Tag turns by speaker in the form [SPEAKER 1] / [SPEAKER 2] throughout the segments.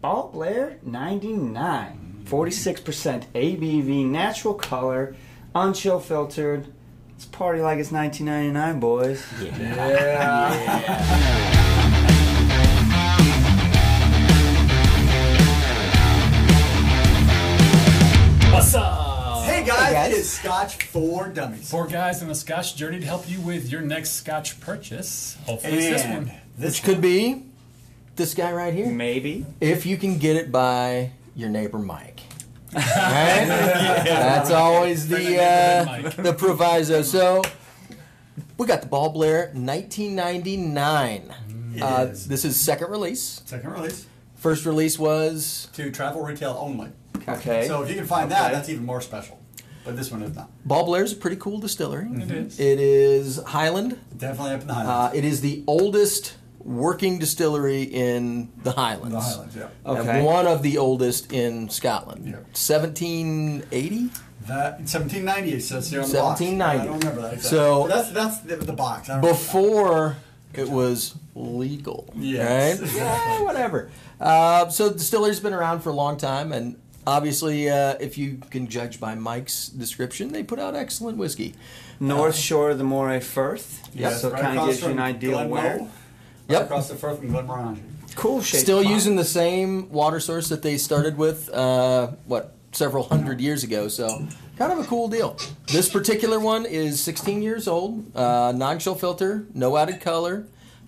[SPEAKER 1] Ball Blair 99. 46% ABV, natural color, unchill filtered. It's party like it's 1999, boys.
[SPEAKER 2] What's up?
[SPEAKER 3] Hey guys, it is Scotch for Dummies.
[SPEAKER 2] Four guys in a Scotch journey to help you with your next Scotch purchase. Hopefully, it's this
[SPEAKER 3] and
[SPEAKER 2] one.
[SPEAKER 3] this
[SPEAKER 4] Which could be this guy right here.
[SPEAKER 1] Maybe.
[SPEAKER 4] If you can get it by your neighbor Mike. Right? That's always the
[SPEAKER 2] neighborhood
[SPEAKER 4] uh,
[SPEAKER 2] Mike.
[SPEAKER 4] the proviso. So we got the Ball Blair 1999. Uh,
[SPEAKER 3] Mm. is.
[SPEAKER 4] this is second release.
[SPEAKER 3] second release
[SPEAKER 4] First release was
[SPEAKER 3] to travel retail only.
[SPEAKER 1] Okay.
[SPEAKER 3] So if you can find that,
[SPEAKER 1] Okay.
[SPEAKER 3] that's even more special. But this one is not.
[SPEAKER 4] Ball Blair's a pretty cool distillery.
[SPEAKER 2] It
[SPEAKER 3] Mm-hmm.
[SPEAKER 2] is.
[SPEAKER 4] It is Highland.
[SPEAKER 3] Definitely up in the
[SPEAKER 4] Uh,
[SPEAKER 3] Highlands.
[SPEAKER 4] it is the oldest working distillery in the Highlands.
[SPEAKER 3] the Highlands, yeah.
[SPEAKER 4] And
[SPEAKER 1] Okay.
[SPEAKER 4] one of the oldest in Scotland.
[SPEAKER 3] Yeah.
[SPEAKER 4] 1780?
[SPEAKER 3] That 1790 it says here on the box.
[SPEAKER 4] 1790.
[SPEAKER 3] I don't remember that. Exactly.
[SPEAKER 4] So-
[SPEAKER 3] But that's that's the, the box. I don't remember that.
[SPEAKER 4] Before it was legal.
[SPEAKER 3] Yes.
[SPEAKER 4] Right? Yeah, whatever. Uh, so the distillery's been around for a long time, and obviously, uh, if you can judge by Mike's description, they put out excellent whiskey.
[SPEAKER 1] North Shore of the Moray Firth.
[SPEAKER 3] Yes,
[SPEAKER 1] so it
[SPEAKER 3] right
[SPEAKER 1] kind of
[SPEAKER 3] across
[SPEAKER 1] gives you an
[SPEAKER 3] from
[SPEAKER 1] idea
[SPEAKER 3] Glenmoe,
[SPEAKER 1] where.
[SPEAKER 3] right
[SPEAKER 4] Yep.
[SPEAKER 3] Across the Firth from Glenmorangie.
[SPEAKER 1] Cool shape.
[SPEAKER 4] Still using the same water source that they started with, uh, what, several hundred years ago. So, kind of a cool deal. This particular one is 16 years old, uh, non chill filter, no added color.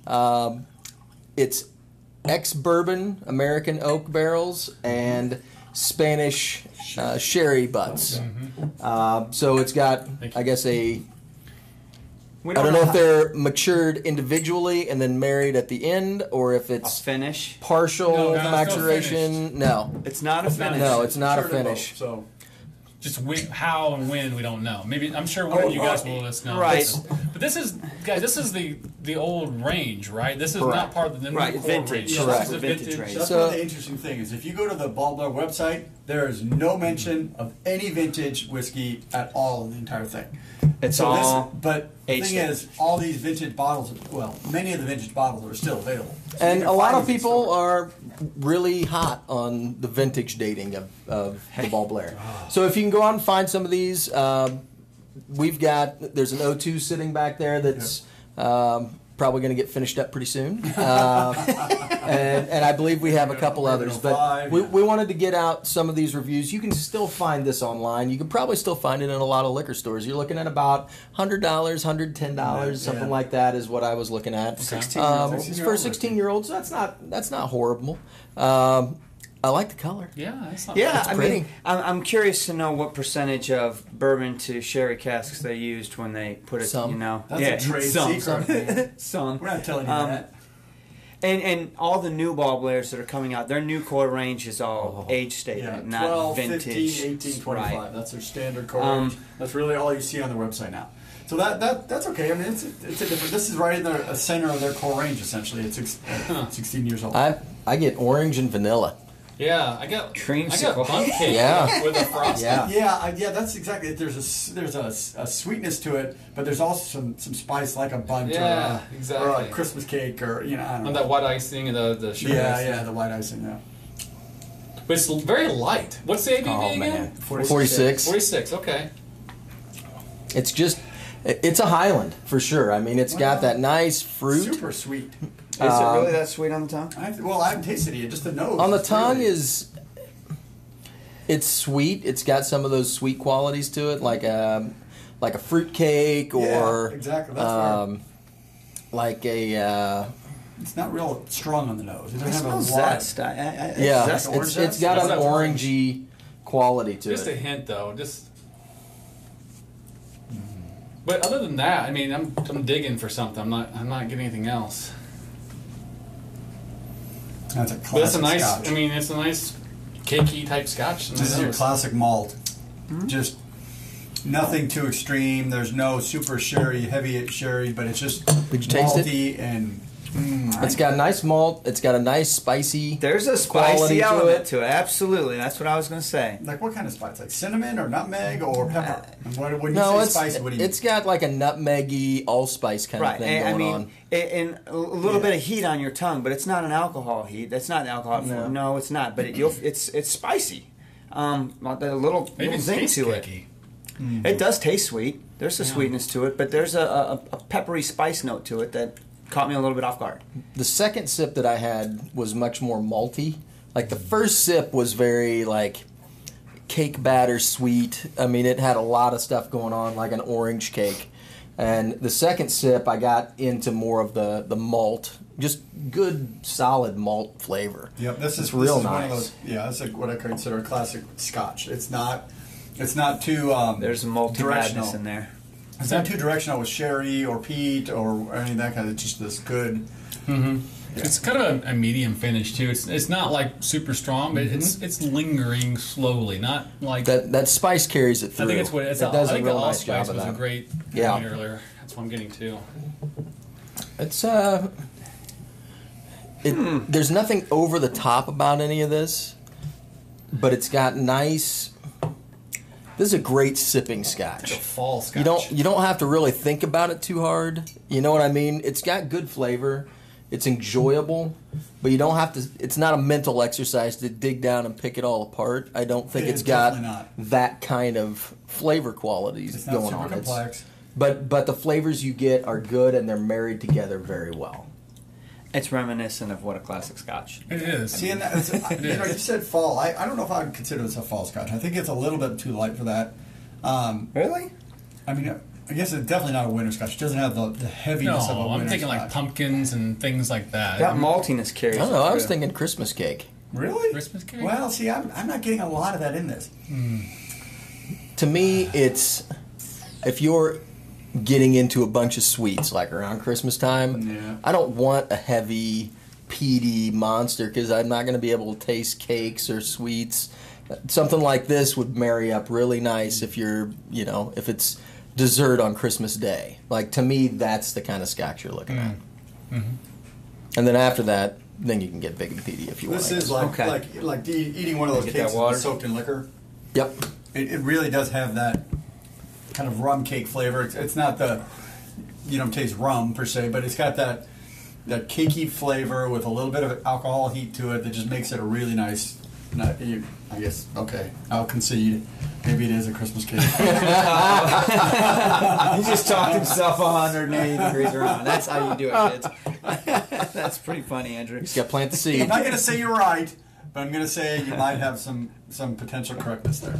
[SPEAKER 4] Um, it's ex bourbon, American oak barrels, and Spanish uh, sherry butts.
[SPEAKER 1] Mm-hmm.
[SPEAKER 4] Uh, so, it's got, I guess, a
[SPEAKER 1] We
[SPEAKER 4] I don't know if
[SPEAKER 1] how-
[SPEAKER 4] they're matured individually and then married at the end, or if
[SPEAKER 1] a
[SPEAKER 4] it's
[SPEAKER 1] finish.
[SPEAKER 4] partial
[SPEAKER 2] No, no, it's not
[SPEAKER 4] maturation. No,
[SPEAKER 1] It's not a
[SPEAKER 2] not.
[SPEAKER 1] finish.
[SPEAKER 4] no, it's not a
[SPEAKER 3] Sure to
[SPEAKER 4] finish.
[SPEAKER 3] both, So
[SPEAKER 2] Just when, how and when we don't know. Maybe I'm sure one of you guys will let us know.
[SPEAKER 1] Oh, uh, Right.
[SPEAKER 2] But this is guys. This is the the old range, right? This is not
[SPEAKER 1] Correct.
[SPEAKER 2] part of the new
[SPEAKER 1] Right,
[SPEAKER 2] core
[SPEAKER 1] vintage.
[SPEAKER 2] range. This
[SPEAKER 4] Correct.
[SPEAKER 2] is the
[SPEAKER 1] Vintage range.
[SPEAKER 3] That's
[SPEAKER 4] So-
[SPEAKER 3] one of the interesting thing is if you go to the Baldwin website, there is no mention of any vintage whiskey at all in the entire thing.
[SPEAKER 1] It's
[SPEAKER 3] so
[SPEAKER 1] all
[SPEAKER 3] this, but the
[SPEAKER 1] aged
[SPEAKER 3] thing
[SPEAKER 1] in.
[SPEAKER 3] is, all these vintage bottles, well, many of the vintage bottles are still available. So you
[SPEAKER 4] And
[SPEAKER 3] can
[SPEAKER 4] a lot
[SPEAKER 3] find
[SPEAKER 4] of
[SPEAKER 3] these
[SPEAKER 4] people
[SPEAKER 3] somewhere.
[SPEAKER 4] are really hot on the vintage dating of, of the Ball Blair. So if you can go out and find some of these, um, we've got there's an O2 sitting back there that's um, probably going to get finished up pretty soon, Um and, and I believe we have a couple others. But we, we wanted to get out some of these reviews. You can still find this online. You can probably still find it in a lot of liquor stores. You're looking at about hundred dollars, hundred ten dollars,
[SPEAKER 3] Yeah.
[SPEAKER 4] something like that is what I was looking at.
[SPEAKER 2] 16
[SPEAKER 4] Um,
[SPEAKER 3] year olds.
[SPEAKER 4] it's for 16 year olds, that's not that's not horrible. Um, I like the color.
[SPEAKER 2] Yeah, that's not
[SPEAKER 1] Yeah,
[SPEAKER 4] It's
[SPEAKER 1] I
[SPEAKER 4] pretty.
[SPEAKER 1] mean, I'm, I'm curious to know what percentage of bourbon to sherry casks they used when they put it.
[SPEAKER 4] Some.
[SPEAKER 1] You know,
[SPEAKER 3] That's
[SPEAKER 1] yeah,
[SPEAKER 3] a trade
[SPEAKER 1] some,
[SPEAKER 3] secret.
[SPEAKER 1] some.
[SPEAKER 3] We're not telling you
[SPEAKER 1] Um,
[SPEAKER 3] that.
[SPEAKER 1] And and all the new ball blares that are coming out, their new core range is
[SPEAKER 4] Oh,
[SPEAKER 1] all age stated,
[SPEAKER 3] Yeah,
[SPEAKER 1] eh, not
[SPEAKER 3] 12,
[SPEAKER 1] vintage.
[SPEAKER 3] 15, 18, 25.
[SPEAKER 1] Right.
[SPEAKER 3] That's their standard core
[SPEAKER 1] Um,
[SPEAKER 3] range. That's really all you see on the website now. So that, that that's okay. I mean, it's, it's a different. This is right in the uh, center of their core range, essentially. It's six, 16 years old.
[SPEAKER 4] I I get orange and vanilla.
[SPEAKER 2] Yeah, I got I
[SPEAKER 1] Creamsicle.
[SPEAKER 2] got bun cake
[SPEAKER 4] Yeah.
[SPEAKER 2] with a frosting.
[SPEAKER 4] Yeah.
[SPEAKER 3] Yeah, I, yeah, that's exactly. It. There's a s- there's a, s- a sweetness to it, but there's also some, some spice like a bunch
[SPEAKER 2] Yeah,
[SPEAKER 3] or, a,
[SPEAKER 2] exactly.
[SPEAKER 3] or a Christmas cake or you know I don't
[SPEAKER 2] And
[SPEAKER 3] know.
[SPEAKER 2] that white icing and the the sugar.
[SPEAKER 3] yeah,
[SPEAKER 2] icing.
[SPEAKER 3] yeah, the white icing. Yeah,
[SPEAKER 2] But it's very light. What's the ABV
[SPEAKER 4] Oh,
[SPEAKER 2] again?
[SPEAKER 4] 46.
[SPEAKER 2] 46. Okay.
[SPEAKER 4] It's just it's a Highland for sure. I mean, it's got that nice fruit.
[SPEAKER 3] super sweet.
[SPEAKER 1] Is
[SPEAKER 4] Um,
[SPEAKER 1] it really that sweet on the tongue?
[SPEAKER 3] I, well, I haven't tasted it yet. Just the nose
[SPEAKER 4] On the
[SPEAKER 3] it's
[SPEAKER 4] tongue
[SPEAKER 3] really-
[SPEAKER 4] is it's sweet. It's got some of those sweet qualities to it, like a like a fruit cake
[SPEAKER 3] Yeah,
[SPEAKER 4] or
[SPEAKER 3] exactly. That's where-
[SPEAKER 4] um, like a uh,
[SPEAKER 3] it's not real strong on the nose. It
[SPEAKER 1] It
[SPEAKER 3] doesn't have a
[SPEAKER 1] smells
[SPEAKER 3] lot.
[SPEAKER 1] zest. I, I, I,
[SPEAKER 4] yeah.
[SPEAKER 1] zest.
[SPEAKER 3] orange
[SPEAKER 4] It's, it's
[SPEAKER 3] zest?
[SPEAKER 4] got
[SPEAKER 2] That's
[SPEAKER 4] an
[SPEAKER 2] not orange.
[SPEAKER 4] orangey quality to
[SPEAKER 2] Just a
[SPEAKER 4] it.
[SPEAKER 2] hint, though. Just. mm-hmm. But other than that, I mean, I'm, I'm digging for something. I'm not I'm not getting anything else.
[SPEAKER 4] Oh,
[SPEAKER 3] That's a
[SPEAKER 2] But it's a
[SPEAKER 3] classic
[SPEAKER 2] nice.
[SPEAKER 3] Scotch.
[SPEAKER 2] I mean, it's a nice cakey type Scotch.
[SPEAKER 3] this is your classic malt.
[SPEAKER 4] Hmm?
[SPEAKER 3] Just nothing too extreme. There's no super sherry, heavy sherry, but it's just
[SPEAKER 4] Did you taste
[SPEAKER 3] malty
[SPEAKER 4] it?
[SPEAKER 3] and mm,
[SPEAKER 4] It's got a nice malt. It's got a nice spicy.
[SPEAKER 1] There's a
[SPEAKER 4] quality
[SPEAKER 1] spicy
[SPEAKER 4] to
[SPEAKER 1] element
[SPEAKER 4] it.
[SPEAKER 1] to it. Absolutely. That's what I was going to say.
[SPEAKER 3] Like what kind of spice? Like cinnamon or nutmeg or pepper? And what, when you
[SPEAKER 4] Uh, No,
[SPEAKER 3] say
[SPEAKER 4] it's
[SPEAKER 3] spicy, what do you
[SPEAKER 4] it's got like a nutmeggy allspice kind of
[SPEAKER 1] Right.
[SPEAKER 4] thing
[SPEAKER 1] and- I
[SPEAKER 4] going
[SPEAKER 1] mean,
[SPEAKER 4] on.
[SPEAKER 1] a- and a little bit of heat on your tongue, but it's not an alcohol heat. That's not an alcohol. No, it's not. But it, you'll, it's it's spicy. Um, a little,
[SPEAKER 2] Maybe
[SPEAKER 1] little
[SPEAKER 2] it's
[SPEAKER 1] zing to it.
[SPEAKER 2] picky.
[SPEAKER 1] It does taste sweet. There's a sweetness to it, but there's a, a, a peppery spice note to it that caught me a little bit off guard.
[SPEAKER 4] the second sip that I had was much more malty. Like the first sip was very like cake batter sweet. I mean, it had a lot of stuff going on, like an orange cake. And the second sip, I got into more of the the malt, just good solid malt flavor.
[SPEAKER 3] Yep, this
[SPEAKER 4] It's
[SPEAKER 3] is
[SPEAKER 4] real
[SPEAKER 3] this is One
[SPEAKER 4] nice.
[SPEAKER 3] of those, yeah, that's like what I consider a classic Scotch. It's not, it's not too. Um,
[SPEAKER 1] There's multi
[SPEAKER 3] directional.
[SPEAKER 1] madness in there.
[SPEAKER 3] It's not too directional with sherry or peat or any of that kind of. It's just this good.
[SPEAKER 2] It's kind of a, a medium finish too. It's it's not like super strong, but it's it's lingering slowly. Not like
[SPEAKER 4] Mm-hmm. That that spice carries it through.
[SPEAKER 2] I think it's what it's.
[SPEAKER 4] it
[SPEAKER 2] a-
[SPEAKER 4] does
[SPEAKER 2] I
[SPEAKER 4] a
[SPEAKER 2] think
[SPEAKER 4] real
[SPEAKER 2] the
[SPEAKER 4] nice
[SPEAKER 2] allspice
[SPEAKER 4] job of
[SPEAKER 2] was a
[SPEAKER 4] that.
[SPEAKER 2] great
[SPEAKER 4] Yeah.
[SPEAKER 2] point earlier. That's what I'm getting to.
[SPEAKER 4] It's uh, it,
[SPEAKER 3] Hmm.
[SPEAKER 4] there's nothing over the top about any of this, but it's got nice. This is a great sipping
[SPEAKER 2] The
[SPEAKER 4] scotch.
[SPEAKER 2] fall
[SPEAKER 3] Oh,
[SPEAKER 2] scotch.
[SPEAKER 4] You don't you don't have to really think about it too hard. You know what I mean? It's got good flavor. It's enjoyable, but you don't have to. It's not a mental exercise to dig down and pick it all apart. I don't think
[SPEAKER 3] It
[SPEAKER 4] it's
[SPEAKER 3] is
[SPEAKER 4] got
[SPEAKER 3] definitely not.
[SPEAKER 4] that kind of flavor qualities
[SPEAKER 3] It's not
[SPEAKER 4] going
[SPEAKER 3] super
[SPEAKER 4] on. It's-
[SPEAKER 3] complex.
[SPEAKER 4] but but the flavors you get are good and they're married together very well.
[SPEAKER 1] It's reminiscent of what a classic Scotch.
[SPEAKER 2] It is.
[SPEAKER 3] See, and that's, I, you know, you said fall. I, I don't know if I would consider this a fall Scotch. I think it's a little bit too light for that. Um,
[SPEAKER 1] Really?
[SPEAKER 3] I mean, I guess it's definitely not a winter Scotch. It doesn't have the, the
[SPEAKER 2] no,
[SPEAKER 3] heaviness of a winter
[SPEAKER 2] I'm thinking like
[SPEAKER 3] Scotch.
[SPEAKER 2] pumpkins and things like that.
[SPEAKER 1] That maltiness carries.
[SPEAKER 4] I don't know. I was
[SPEAKER 1] through.
[SPEAKER 4] thinking Christmas cake.
[SPEAKER 3] Really?
[SPEAKER 2] Christmas cake?
[SPEAKER 3] Well, see, I'm, I'm not getting a lot of that in this.
[SPEAKER 4] To me, it's if you're getting into a bunch of sweets like around Christmas time.
[SPEAKER 3] Yeah.
[SPEAKER 4] I don't want a heavy peaty monster because I'm not going to be able to taste cakes or sweets. Something like this would marry up really nice if you're you know if it's dessert on Christmas Day. Like to me, that's the kind of scotch you're looking at.
[SPEAKER 3] Mm-hmm.
[SPEAKER 4] And then after that, then you can get big and peaty if you want.
[SPEAKER 3] This is like
[SPEAKER 1] Okay.
[SPEAKER 3] like like the, eating one of those
[SPEAKER 1] Get that
[SPEAKER 3] cakes
[SPEAKER 1] water.
[SPEAKER 3] that's soaked in liquor.
[SPEAKER 4] Yep.
[SPEAKER 3] It, it really does have that kind of rum cake flavor. It's, it's not the you know taste rum per se, but it's got that that cakey flavor with a little bit of alcohol heat to it that just makes it a really nice. Not, you, I guess okay, I'll concede. Maybe it is a Christmas cake.
[SPEAKER 1] He just talked himself 180 degrees around. That's how you do it, kids. That's pretty funny, Andrew.
[SPEAKER 4] You got to plant the seed.
[SPEAKER 3] I'm not gonna say you're right, but I'm gonna say you might have some some potential correctness there.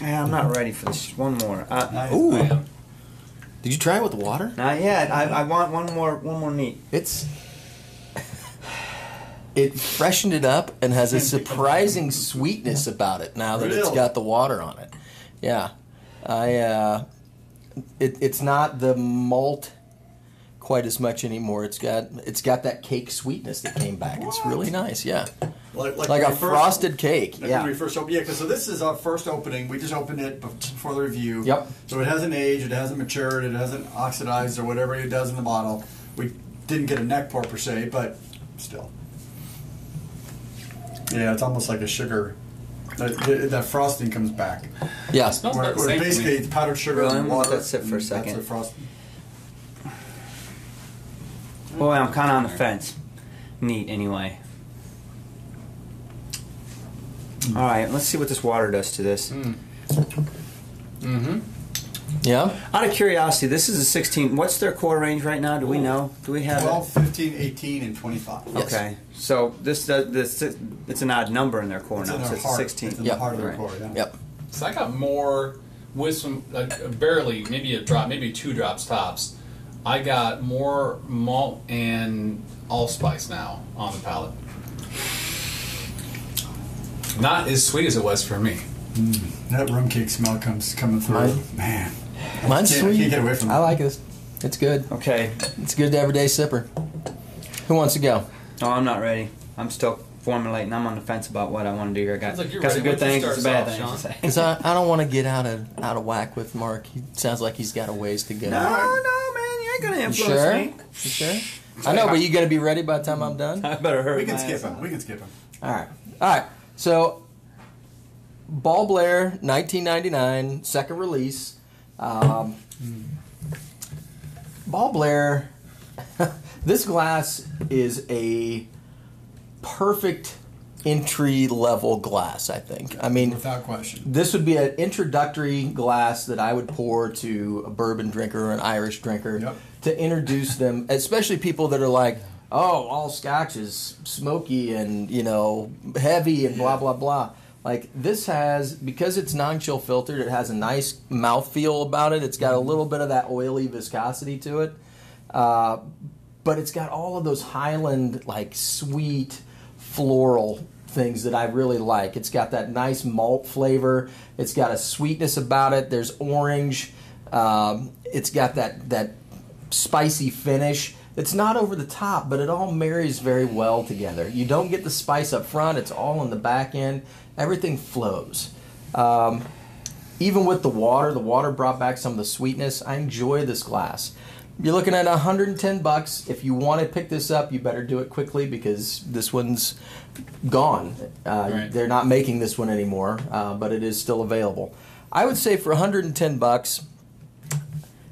[SPEAKER 1] Yeah, I'm not ready for this. One more. Uh,
[SPEAKER 3] I-
[SPEAKER 4] Ooh.
[SPEAKER 3] I am.
[SPEAKER 4] Did you try it with water?
[SPEAKER 1] not yet. I, I want one more. One more neat.
[SPEAKER 4] It's it freshened it up and has a surprising sweetness about it now that it's
[SPEAKER 3] Really?
[SPEAKER 4] got the water on it. Yeah, I uh, it, it's not the malt quite as much anymore. It's got it's got that cake sweetness that came back. It's really nice. Yeah,
[SPEAKER 3] like,
[SPEAKER 4] like
[SPEAKER 3] when
[SPEAKER 4] a
[SPEAKER 3] we first-
[SPEAKER 4] frosted cake.
[SPEAKER 3] Like yeah. When
[SPEAKER 4] Yeah,
[SPEAKER 3] we first opened, yeah, because so this is our first opening. We just opened it bef- for the review.
[SPEAKER 4] Yep.
[SPEAKER 3] So it hasn't aged, it hasn't matured, it hasn't oxidized or whatever it does in the bottle. We didn't get a neck pour per se, but still. Yeah, it's almost like a sugar. That, that- that frosting comes back.
[SPEAKER 4] yeah.
[SPEAKER 2] Smells
[SPEAKER 3] Where,
[SPEAKER 2] about the
[SPEAKER 3] where
[SPEAKER 2] same to
[SPEAKER 3] basically
[SPEAKER 2] me.
[SPEAKER 3] it's powdered sugar
[SPEAKER 1] Well, I'm
[SPEAKER 3] and
[SPEAKER 1] gonna let
[SPEAKER 3] water.
[SPEAKER 1] that sit for a
[SPEAKER 3] and
[SPEAKER 1] second.
[SPEAKER 3] That's the frosting.
[SPEAKER 1] Boy, I'm kind of on the fence. Neat, anyway. All right, let's see what this water does to this.
[SPEAKER 2] Mm-hmm.
[SPEAKER 4] Yeah.
[SPEAKER 1] Out of curiosity, this is a 16. What's their core range right now? Do we know? Do we have
[SPEAKER 3] 12, 15, 18, and 25.
[SPEAKER 1] it?
[SPEAKER 4] Yes.
[SPEAKER 1] Okay. So this does this it's an odd number in their core
[SPEAKER 3] It's
[SPEAKER 1] now.
[SPEAKER 3] in
[SPEAKER 1] so
[SPEAKER 3] their
[SPEAKER 1] it's
[SPEAKER 3] heart.
[SPEAKER 1] 16.
[SPEAKER 3] It's in
[SPEAKER 4] Yep.
[SPEAKER 3] the heart of the
[SPEAKER 1] Right.
[SPEAKER 3] core, yeah.
[SPEAKER 4] Yep.
[SPEAKER 2] So I got more with some uh, barely, maybe a drop, maybe two drops tops. I got more malt and allspice now on the palate. Not as sweet as it was for me.
[SPEAKER 3] That rum cake smell comes coming through.
[SPEAKER 4] Mine-
[SPEAKER 3] Man.
[SPEAKER 4] Mine's
[SPEAKER 3] Can't- I
[SPEAKER 4] sweet.
[SPEAKER 3] can't get away from
[SPEAKER 4] I
[SPEAKER 3] it.
[SPEAKER 4] like this. It's good.
[SPEAKER 1] Okay.
[SPEAKER 4] It's good to everyday sipper. Who wants to go?
[SPEAKER 1] No, I'm not ready. I'm still formulating. I'm on the fence about what I want to do here. I got,
[SPEAKER 2] Sounds like you're
[SPEAKER 1] got some
[SPEAKER 2] ready.
[SPEAKER 1] good
[SPEAKER 2] Why don't you
[SPEAKER 1] things and some
[SPEAKER 2] start
[SPEAKER 1] bad
[SPEAKER 2] us off,
[SPEAKER 1] things to say.
[SPEAKER 4] Because I, I don't want to get out of out of whack with Mark. He sounds like he's got a ways to go.
[SPEAKER 1] No, no, man, you ain't gonna
[SPEAKER 4] You
[SPEAKER 1] influence
[SPEAKER 4] sure?
[SPEAKER 1] me.
[SPEAKER 4] You sure? I know, but you gonna be ready by the time I'm done.
[SPEAKER 1] I better hurry.
[SPEAKER 3] We can
[SPEAKER 1] my
[SPEAKER 3] skip
[SPEAKER 1] ass
[SPEAKER 3] him.
[SPEAKER 1] up.
[SPEAKER 3] We can skip him.
[SPEAKER 4] All right. All right. So, Ball Blair, 1999, second release. Um, Ball Blair, this glass is a perfect entry level glass, I think. I mean,
[SPEAKER 3] Without question.
[SPEAKER 4] this would be an introductory glass that I would pour to a bourbon drinker or an Irish drinker
[SPEAKER 3] Yep.
[SPEAKER 4] to introduce them, especially people that are like, "Oh, all Scotch is smoky and you know heavy and blah blah blah." Like this has because it's non-chill filtered, it has a nice mouthfeel about it. It's got a little bit of that oily viscosity to it, uh, but it's got all of those Highland like sweet floral things that I really like. It's got that nice malt flavor. It's got a sweetness about it. There's orange. Um, it's got that that spicy finish. It's not over the top, but it all marries very well together. You don't get the spice up front. It's all in the back end. Everything flows. Um, even with the water, the water brought back some of the sweetness. I enjoy this glass. You're looking at 110 bucks. If you want to pick this up, you better do it quickly because this one's gone. Uh,
[SPEAKER 2] Right.
[SPEAKER 4] They're not making this one anymore, uh, but it is still available. I would say for 110 bucks,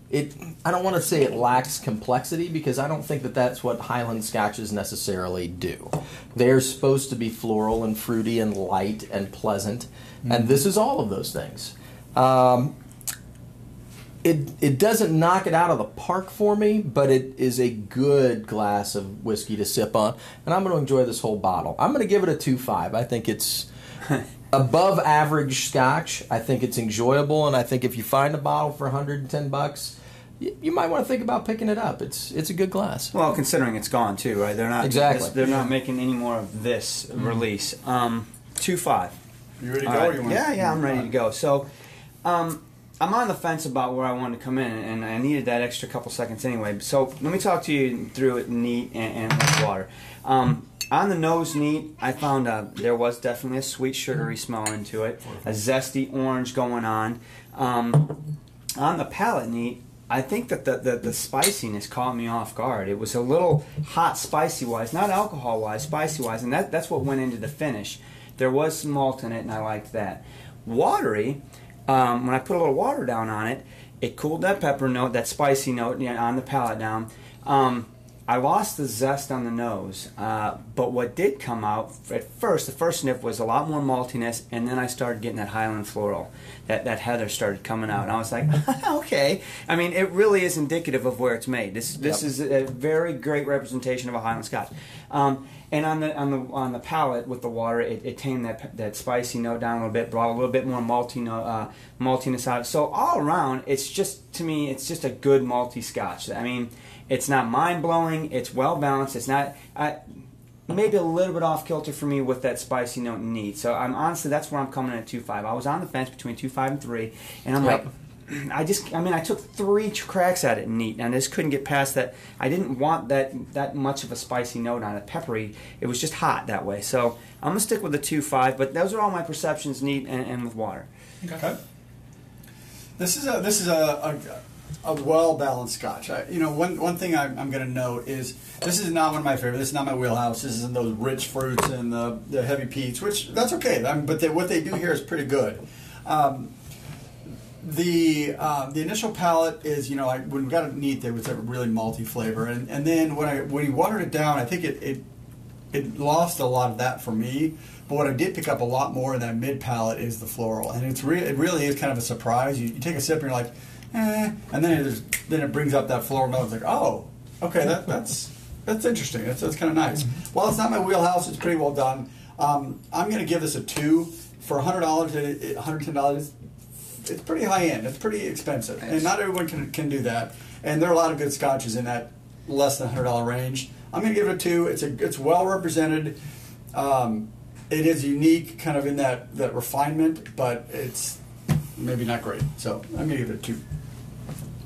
[SPEAKER 4] it. I don't want to say it lacks complexity because I don't think that that's what Highland Scotches necessarily do. They're supposed to be floral and fruity and light and pleasant, and this is all of those things Um, it it doesn't knock it out of the park for me, but it is a good glass of whiskey to sip on, and I'm going to enjoy this whole bottle. I'm going to give it a two five. I think it's above average Scotch. I think it's enjoyable, and I think if you find a bottle for 110 bucks, you, you might want to think about picking it up. It's it's a good glass.
[SPEAKER 1] Well, considering it's gone too, right? They're not
[SPEAKER 4] Exactly.
[SPEAKER 1] They're not making any more of this release. Um, two five.
[SPEAKER 3] You ready to
[SPEAKER 1] All
[SPEAKER 3] go? Or
[SPEAKER 1] right.
[SPEAKER 3] you want
[SPEAKER 1] yeah, yeah, I'm ready to go. So, um, I'm on the fence about where I wanted to come in, and I needed that extra couple seconds anyway. So, let me talk to you through it neat and, and with water. Um, on the nose, neat, I found uh, there was definitely a sweet, sugary smell into it, a zesty orange going on. Um, on the palate, neat. I think that the, the, the spiciness caught me off guard. It was a little hot, spicy wise, not alcohol wise, spicy wise, and that, that's what went into the finish. There was some malt in it, and I liked that. Watery, um, when I put a little water down on it, it cooled that pepper note, that spicy note you know, on the palate down. Um, I lost the zest on the nose, uh, but what did come out at first, the first sniff was a lot more maltiness, and then I started getting that Highland floral, that, that heather started coming out, and I was like, okay. I mean, it really is indicative of where it's made. This this
[SPEAKER 4] Yep.
[SPEAKER 1] is a very great representation of a Highland Scotch. Um, and on the on the on the palate with the water, it, it tamed that pe- that spicy note down a little bit, brought a little bit more malty no- uh, maltiness out. So all around, it's just to me, it's just a good malty Scotch. I mean, it's not mind blowing. It's well balanced. It's not. I, maybe a little bit off kilter for me with that spicy note and need. So I'm honestly that's where I'm coming in at two five. I was on the fence between two five and three, and I'm
[SPEAKER 4] Yep.
[SPEAKER 1] like, I just I mean I took three ch- cracks at it neat, and I just couldn't get past that. I didn't want that that much of a spicy note on it, peppery. It was just hot that way. So I'm gonna stick with the two five. But those are all my perceptions neat and, and with water.
[SPEAKER 3] Okay. This is a this is a a, a well balanced scotch. I, you know, one one thing I'm, I'm going to note is this is not one of my favorite. This is not my wheelhouse. This isn't those rich fruits and the, the heavy peats, which that's okay. I mean, but they, what they do here is pretty good. Um, the uh, the initial palate is you know I, when we got it neat there was a really malty flavor and, and then when I when he watered it down I think it, it it lost a lot of that for me. But what I did pick up a lot more in that mid palate is the floral, and it's re- it really is kind of a surprise. You, you take a sip and you're like, eh, and then it is, then it brings up that floral note. It's like, oh, okay, that, that's that's interesting. That's that's kind of nice. Well, it's not my wheelhouse. It's pretty well done. Um, I'm going to give this a two for hundred dollars. hundred ten dollars. It's pretty high end. It's pretty expensive, and not everyone can can do that. And there are a lot of good scotches in that less than hundred dollar range. I'm going to give it a two. It's a it's well represented. Um, it is unique, kind of in that that refinement, but it's maybe not great. So I'm going to give it a two.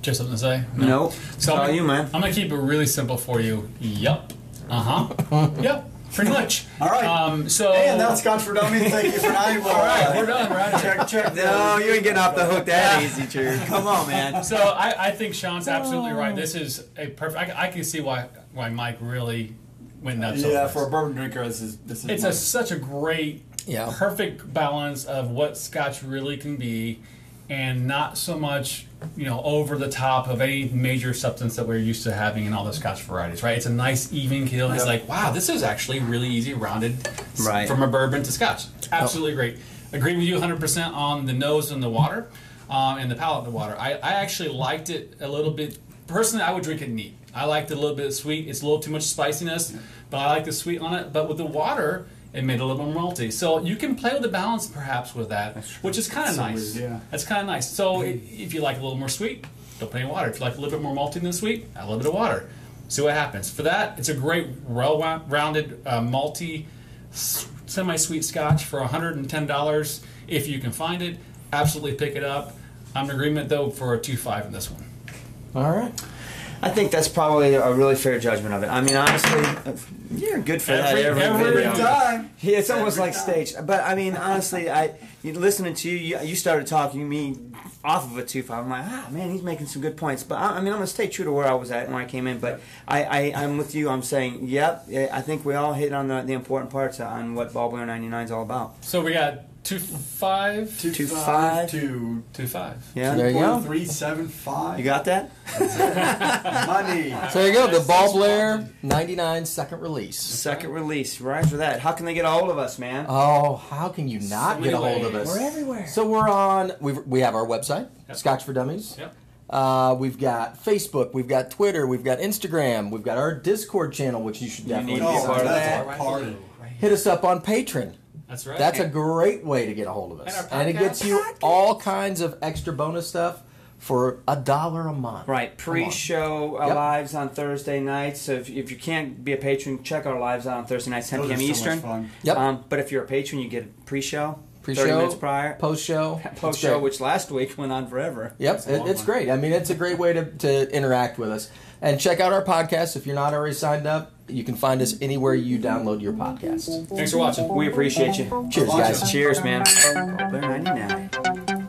[SPEAKER 2] Just something to say?
[SPEAKER 1] No. It's all
[SPEAKER 2] I'm,
[SPEAKER 1] you, man.
[SPEAKER 2] I'm gonna keep it really simple for you. Yup. Uh huh. yep. Pretty much.
[SPEAKER 3] All right.
[SPEAKER 2] Um, so
[SPEAKER 3] and that's Scotch for Dummies. Thank you for nine. All
[SPEAKER 2] right, we're done. We're out of here.
[SPEAKER 3] Check, check.
[SPEAKER 1] No, you ain't getting off the hook that easy, Drew. Come on, man.
[SPEAKER 2] So I, I think Sean's absolutely
[SPEAKER 3] Oh.
[SPEAKER 2] right. This is a perfect. I, I can see why why Mike really went nuts.
[SPEAKER 3] Yeah,
[SPEAKER 2] over
[SPEAKER 3] for a
[SPEAKER 2] this.
[SPEAKER 3] bourbon drinker, this is this is.
[SPEAKER 2] it's a,
[SPEAKER 3] mine.
[SPEAKER 2] such a great,
[SPEAKER 4] Yeah.
[SPEAKER 2] perfect balance of what Scotch really can be, and not so much you know over the top of any major substance that we're used to having in all the Scotch varieties. Right? It's a nice even keel. It's
[SPEAKER 3] Yep.
[SPEAKER 2] like wow, this is actually really easy rounded s-
[SPEAKER 1] Right.
[SPEAKER 2] from a bourbon to Scotch. Absolutely great. Agree with you 100 percent on the nose and the water, um, and the palate of the water. I, I actually liked it a little bit. Personally, I would drink it neat. I liked it a little bit sweet. It's a little too much spiciness, but I like the sweet on it. But with the water, it made it a little more malty. So you can play with the balance perhaps with that, which is kind of nice.
[SPEAKER 3] weird, yeah.
[SPEAKER 2] That's kind of nice. So i if you like a little more sweet, don't put any water. If you like a little bit more malty than sweet, add a little bit of water. See what happens. For that, it's a great, well-rounded, uh, malty, s- semi-sweet scotch for $110 if you can find it. Absolutely pick it up. I'm in agreement though for a 2.5 in this one.
[SPEAKER 4] All right.
[SPEAKER 1] I think that's probably a really fair judgment of it. I mean, honestly, uh, you're good for that every,
[SPEAKER 2] Every- every
[SPEAKER 1] video.
[SPEAKER 3] time.
[SPEAKER 1] Yeah, it's almost like stage. But I mean, honestly, I you- listening to you, you, you started talking me off of a two five. I'm like, ah, man, he's making some good points. But I, I mean, I'm gonna stay true to where I was at when I came in. But I, I I'm with you. I'm saying, yep. eh, I think we all hit on the, the important parts on what Ballboy 99 is all about.
[SPEAKER 2] So we got 2.5?
[SPEAKER 3] Two
[SPEAKER 1] Two
[SPEAKER 3] five
[SPEAKER 1] five.
[SPEAKER 3] two
[SPEAKER 2] 2.5.
[SPEAKER 1] Yeah,
[SPEAKER 4] There you go.
[SPEAKER 3] one three seven five.
[SPEAKER 1] you got that.
[SPEAKER 3] money.
[SPEAKER 4] So there you go. The Ball Blair 99 second release.
[SPEAKER 1] Second release, right for that. How can they get a hold of us, man?
[SPEAKER 4] Oh, how can you not
[SPEAKER 2] So
[SPEAKER 4] get a
[SPEAKER 2] many
[SPEAKER 4] hold of
[SPEAKER 2] ways.
[SPEAKER 4] us?
[SPEAKER 2] We're
[SPEAKER 1] everywhere.
[SPEAKER 4] So we're on. We've, we have our website, Scotch for Dummies.
[SPEAKER 2] Yep.
[SPEAKER 4] Uh, we've got Facebook. We've got Twitter. We've got Instagram. We've got our Discord channel, which you should definitely
[SPEAKER 1] need
[SPEAKER 4] be
[SPEAKER 1] to
[SPEAKER 4] a
[SPEAKER 1] be
[SPEAKER 3] Oh,
[SPEAKER 4] part of.
[SPEAKER 3] that's
[SPEAKER 4] That.
[SPEAKER 3] our party.
[SPEAKER 4] Hit us up on Patreon.
[SPEAKER 2] That's right.
[SPEAKER 4] That's a great way to get a hold of us,
[SPEAKER 2] And our
[SPEAKER 4] and it
[SPEAKER 2] podcast.
[SPEAKER 4] gets you all kinds of extra bonus stuff for a dollar a month.
[SPEAKER 1] Right, pre-show uh
[SPEAKER 4] Yep.
[SPEAKER 1] lives on Thursday nights. So if, if you can't be a patron, check our lives out on Thursday nights, 10
[SPEAKER 3] Those are
[SPEAKER 1] p.m.
[SPEAKER 3] so much
[SPEAKER 1] Eastern.
[SPEAKER 3] fun.
[SPEAKER 4] Yep.
[SPEAKER 1] Um, but if you're a patron, you get a pre-show,
[SPEAKER 4] Pre-show,
[SPEAKER 1] 30 minutes prior,
[SPEAKER 4] post-show, It's
[SPEAKER 1] post-show,
[SPEAKER 4] great.
[SPEAKER 1] which last week went on forever.
[SPEAKER 4] Yep,
[SPEAKER 2] a
[SPEAKER 4] it,
[SPEAKER 2] long
[SPEAKER 4] it's
[SPEAKER 2] one.
[SPEAKER 4] great. I mean, it's a great way to, to interact with us. And check out our podcast. If you're not already signed up, you can find us anywhere you download your podcast.
[SPEAKER 2] Thanks for watching.
[SPEAKER 1] We appreciate you.
[SPEAKER 4] Cheers, guys.
[SPEAKER 1] Cheers, man. Ballblair 99.